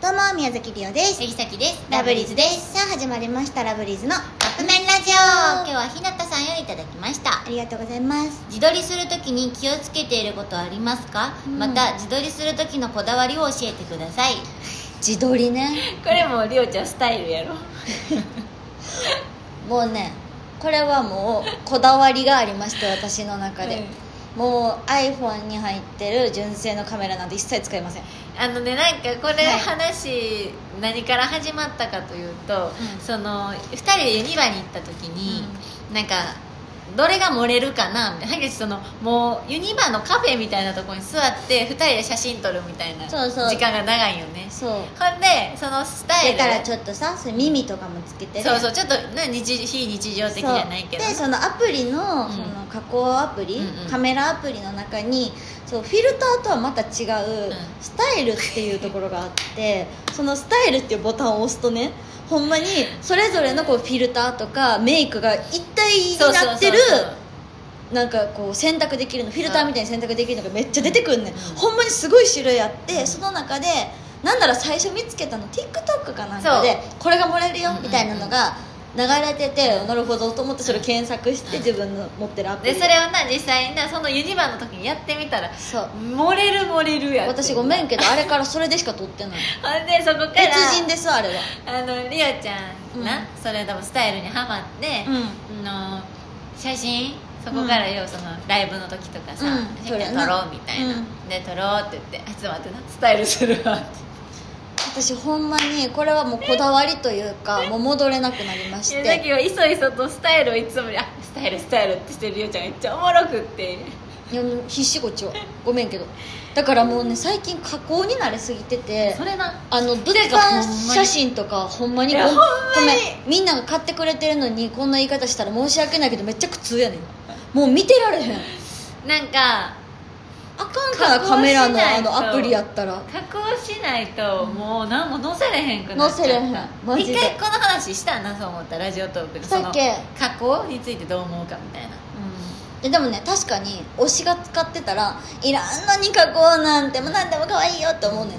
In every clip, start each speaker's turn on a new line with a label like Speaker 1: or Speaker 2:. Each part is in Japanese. Speaker 1: どうも宮崎りおです
Speaker 2: 杉崎です
Speaker 1: ラブリーズですさあ始まりましたラブリーズのカップ麺ラジ
Speaker 2: 今
Speaker 1: オ
Speaker 2: 日は日向さんよりいただきました
Speaker 1: ありがとうございます
Speaker 2: 自撮りするときに気をつけていることはありますか、
Speaker 1: うん
Speaker 2: また自撮りするときのこだわりを教えてください
Speaker 1: 自撮りね
Speaker 2: これもりおちゃんスタイルやろ
Speaker 1: もうねこれはもうこだわりがありまして私の中で、もう iPhone に入ってる純正のカメラなんて一切使いません
Speaker 2: あのねなんかこれ
Speaker 1: はい
Speaker 2: 話、何から始まったかというと、
Speaker 1: うん
Speaker 2: その2人でユニバに行った時に、なんかどれが漏れるかなみたいな萩口そのもうユニバのカフェみたいなところに座って2人で写真撮るみたいな
Speaker 1: そうそう
Speaker 2: 時間が長いよね
Speaker 1: そう
Speaker 2: ほんでそのスタイ
Speaker 1: 出
Speaker 2: ル
Speaker 1: たらちょっとさそれ耳とかもつけてる
Speaker 2: そうそうちょっとな日非日常的じゃないけど
Speaker 1: そうでそのアプリの,、
Speaker 2: うん
Speaker 1: その加工アプリ、
Speaker 2: うんうん
Speaker 1: カメラアプリの中にそうフィルターとはまた違う、
Speaker 2: うん
Speaker 1: スタイルっていうところがあってそのスタイルっていうボタンを押すとねほんまにそれぞれのこうフィルターとかメイクが一体に
Speaker 2: そうそう
Speaker 1: な
Speaker 2: そう
Speaker 1: ってる
Speaker 2: そう
Speaker 1: なんかこう選択できるのフィルターみたいに選択できるのがめっちゃ出てくるね、
Speaker 2: うん
Speaker 1: ん、ほんまにすごい種類あって、
Speaker 2: うん
Speaker 1: その中でなんなら最初見つけたの TikTok かなんかでこれが漏れるよ
Speaker 2: うんうんうん
Speaker 1: みたいなのが流れてて、なるほどと思ってそれ検索して自分の持ってるアプ
Speaker 2: で
Speaker 1: リ
Speaker 2: それをな実際になそのユニバの時にやってみたら
Speaker 1: そう
Speaker 2: 漏れる漏れるやって
Speaker 1: 私ごめんけどあれからそれでしか撮 ってない
Speaker 2: ほんでそこから
Speaker 1: 別人ですあれは
Speaker 2: あのリオちゃんな、
Speaker 1: うん
Speaker 2: それでもスタイルにハマって、あの写真そこからよ、そのライブの時とかさ、
Speaker 1: うん
Speaker 2: 写
Speaker 1: 撮
Speaker 2: 真
Speaker 1: るな
Speaker 2: 撮ろうみたいな、
Speaker 1: うん
Speaker 2: で撮ろうって言ってあちょっと待ってなスタイルするわって
Speaker 1: 私ほんまにこれはもうこだわりというかもう戻れなくなりまし
Speaker 2: いやだ
Speaker 1: て
Speaker 2: けどいそいそとスタイルをいつもにあスタイルスタイルってしてるリオちゃんめっちゃおもろくって
Speaker 1: いやもう必死こっちはごめんけどだからもうね最近加工に慣れすぎてて
Speaker 2: それな
Speaker 1: あの物
Speaker 2: てかほ
Speaker 1: 販
Speaker 2: んまに
Speaker 1: 写真とかほんまに
Speaker 2: い
Speaker 1: ご
Speaker 2: や
Speaker 1: めん
Speaker 2: ほんまに
Speaker 1: ごめんみんなが買ってくれてるのにこんな言い方したら申し訳ないけどめっちゃ苦痛やねん もう見てられへん
Speaker 2: なんか
Speaker 1: あかんから
Speaker 2: 加工しないと
Speaker 1: カメラのあのアプリやったら
Speaker 2: 加工しないともう何も載せれへんくなっちゃった
Speaker 1: 載せれへんマジで
Speaker 2: 一回この話したなそう思ったラジオトークでそ
Speaker 1: した
Speaker 2: の
Speaker 1: っけ
Speaker 2: 加工についてどう思うかみたいな
Speaker 1: えでもね確かに推しが使ってたらいらんのに加工なんてもう何でも可愛いよって思うね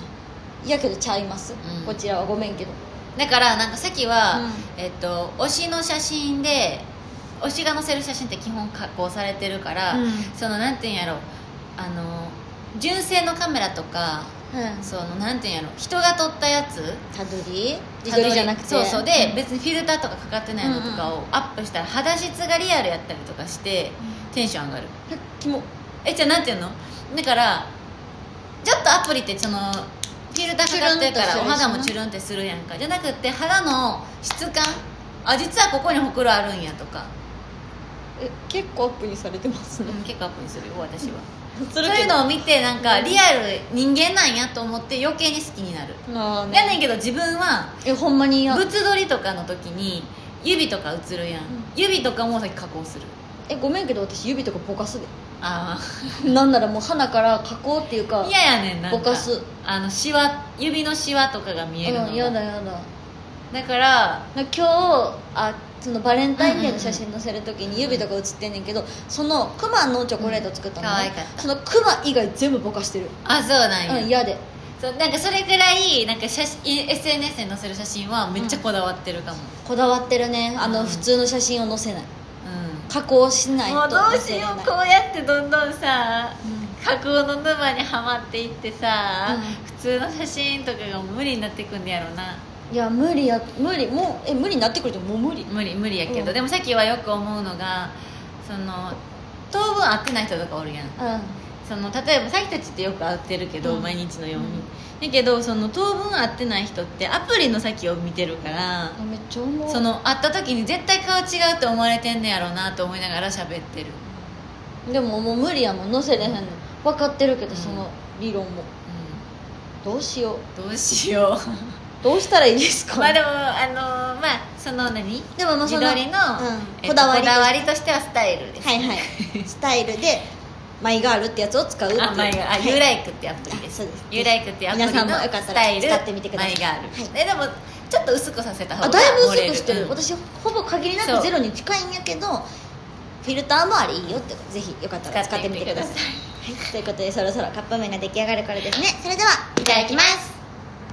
Speaker 1: んいやけどちゃいます、
Speaker 2: うん
Speaker 1: こちらはごめんけど
Speaker 2: だからなんかさっきは、
Speaker 1: うん
Speaker 2: えっと、推しの写真で推しが載せる写真って基本加工されてるから、
Speaker 1: うん
Speaker 2: そのなんていうんやろあの純正のカメラとか
Speaker 1: うん
Speaker 2: そのなんていうんやろ人が撮ったやつ
Speaker 1: たどり自撮りじゃなくて
Speaker 2: そうそうで、別にフィルターとかかかってないのとかをアップしたら肌質がリアルやったりとかしてテンション上がる
Speaker 1: えキモ
Speaker 2: えじゃあなんていうのだからちょっとアプリってそのフィルターかかって
Speaker 1: チュルン
Speaker 2: るか
Speaker 1: とする
Speaker 2: らお
Speaker 1: し
Speaker 2: 肌もチュルンってするやんかじゃなくて肌の質感あ実はここにほくろあるんやとか、
Speaker 1: え結構アップにされてます
Speaker 2: うん、結構アップにするよ私 は
Speaker 1: す
Speaker 2: そう
Speaker 1: る
Speaker 2: いう
Speaker 1: けど
Speaker 2: のを見てなんかリアル人間なんやと思って余計に好きになる
Speaker 1: あーね
Speaker 2: やねんけど自分は
Speaker 1: えほんまにや
Speaker 2: 物撮りとかの時に指とか映るやん、指とかもさっき加工する
Speaker 1: えごめんけど私指とかぼかす
Speaker 2: あ
Speaker 1: でなんならもう鼻から加工っていう
Speaker 2: あ
Speaker 1: か
Speaker 2: 嫌やねんなんか
Speaker 1: ぼかす
Speaker 2: あのシワ指のシワとかが見えるのが
Speaker 1: うんやだやだ
Speaker 2: だから
Speaker 1: な今日あそのバレンタインデーの写真載せる時に指とか写ってんねんけどそのクマのチョコレート作ったの、
Speaker 2: うん可愛
Speaker 1: ね
Speaker 2: かった
Speaker 1: そのクマ以外全部ぼかしてる
Speaker 2: あそうなんや、
Speaker 1: うん嫌で
Speaker 2: そうなんかそれぐらいなんか写真 SNS に載せる写真はめっちゃこだわってるかも、
Speaker 1: こだわってるねあ
Speaker 2: う
Speaker 1: の
Speaker 2: ん
Speaker 1: 普通の写真を載せない
Speaker 2: うん
Speaker 1: 加工しない
Speaker 2: もう
Speaker 1: と
Speaker 2: どう
Speaker 1: 載
Speaker 2: し
Speaker 1: せれ
Speaker 2: よ
Speaker 1: ないう
Speaker 2: こうやってどんどんさ
Speaker 1: うん
Speaker 2: 加工の沼にはまっていってさ、
Speaker 1: うん
Speaker 2: 普通の写真とかが無理になってくんねやろない
Speaker 1: や無理や無理もうえ無理になってくるともう無理
Speaker 2: 無理無理やけ
Speaker 1: う
Speaker 2: ど、
Speaker 1: ん
Speaker 2: でもさっきはよく思うのがその当分会ってない人とかおるやん
Speaker 1: う
Speaker 2: その例えばさっきたちってよく会ってるけど、
Speaker 1: うん
Speaker 2: 毎日のように、
Speaker 1: うん
Speaker 2: だけどその当分会ってない人ってアプリの先を見てるから、
Speaker 1: んめっちゃ思う
Speaker 2: その会った時に絶対顔違うって思われてんねやろうなと思いながら喋ってる、
Speaker 1: でももう無理やもん載せれへんの分かってるけど、
Speaker 2: うん
Speaker 1: その理論もどうしよう
Speaker 2: どうしよ
Speaker 1: どうしたらいいです
Speaker 2: う
Speaker 1: か
Speaker 2: まあでもあのまあその何
Speaker 1: でもまあ
Speaker 2: 自
Speaker 1: そ
Speaker 2: 撮
Speaker 1: の
Speaker 2: りの、
Speaker 1: うん
Speaker 2: え
Speaker 1: こ
Speaker 2: っと
Speaker 1: だわり
Speaker 2: こだわりとしてはスタイルです、
Speaker 1: はいはいスタイルでマイガールってやつを使うっていう
Speaker 2: あ、マイガール、あ、
Speaker 1: はい
Speaker 2: ユーライクってアプリです。
Speaker 1: あそうです
Speaker 2: ユーライクってアプリの
Speaker 1: 皆さんもよかったら
Speaker 2: スタイル
Speaker 1: 使ってみてください
Speaker 2: マイガール。
Speaker 1: は
Speaker 2: え、でも、ちょっと薄くさせた方が
Speaker 1: あだいぶ薄くして
Speaker 2: 漏れ
Speaker 1: る、
Speaker 2: うん
Speaker 1: 私ほぼ限りな
Speaker 2: そう
Speaker 1: くゼロに近いんやけどフィルターもあれいいよってことぜひよかったら使
Speaker 2: 使
Speaker 1: っ
Speaker 2: ってて
Speaker 1: み
Speaker 2: み
Speaker 1: てく
Speaker 2: てく
Speaker 1: だ
Speaker 2: だ
Speaker 1: さ
Speaker 2: さ
Speaker 1: い
Speaker 2: い
Speaker 1: はい、ということでそろそろカップ麺が出来上がるからですねそれではいただきます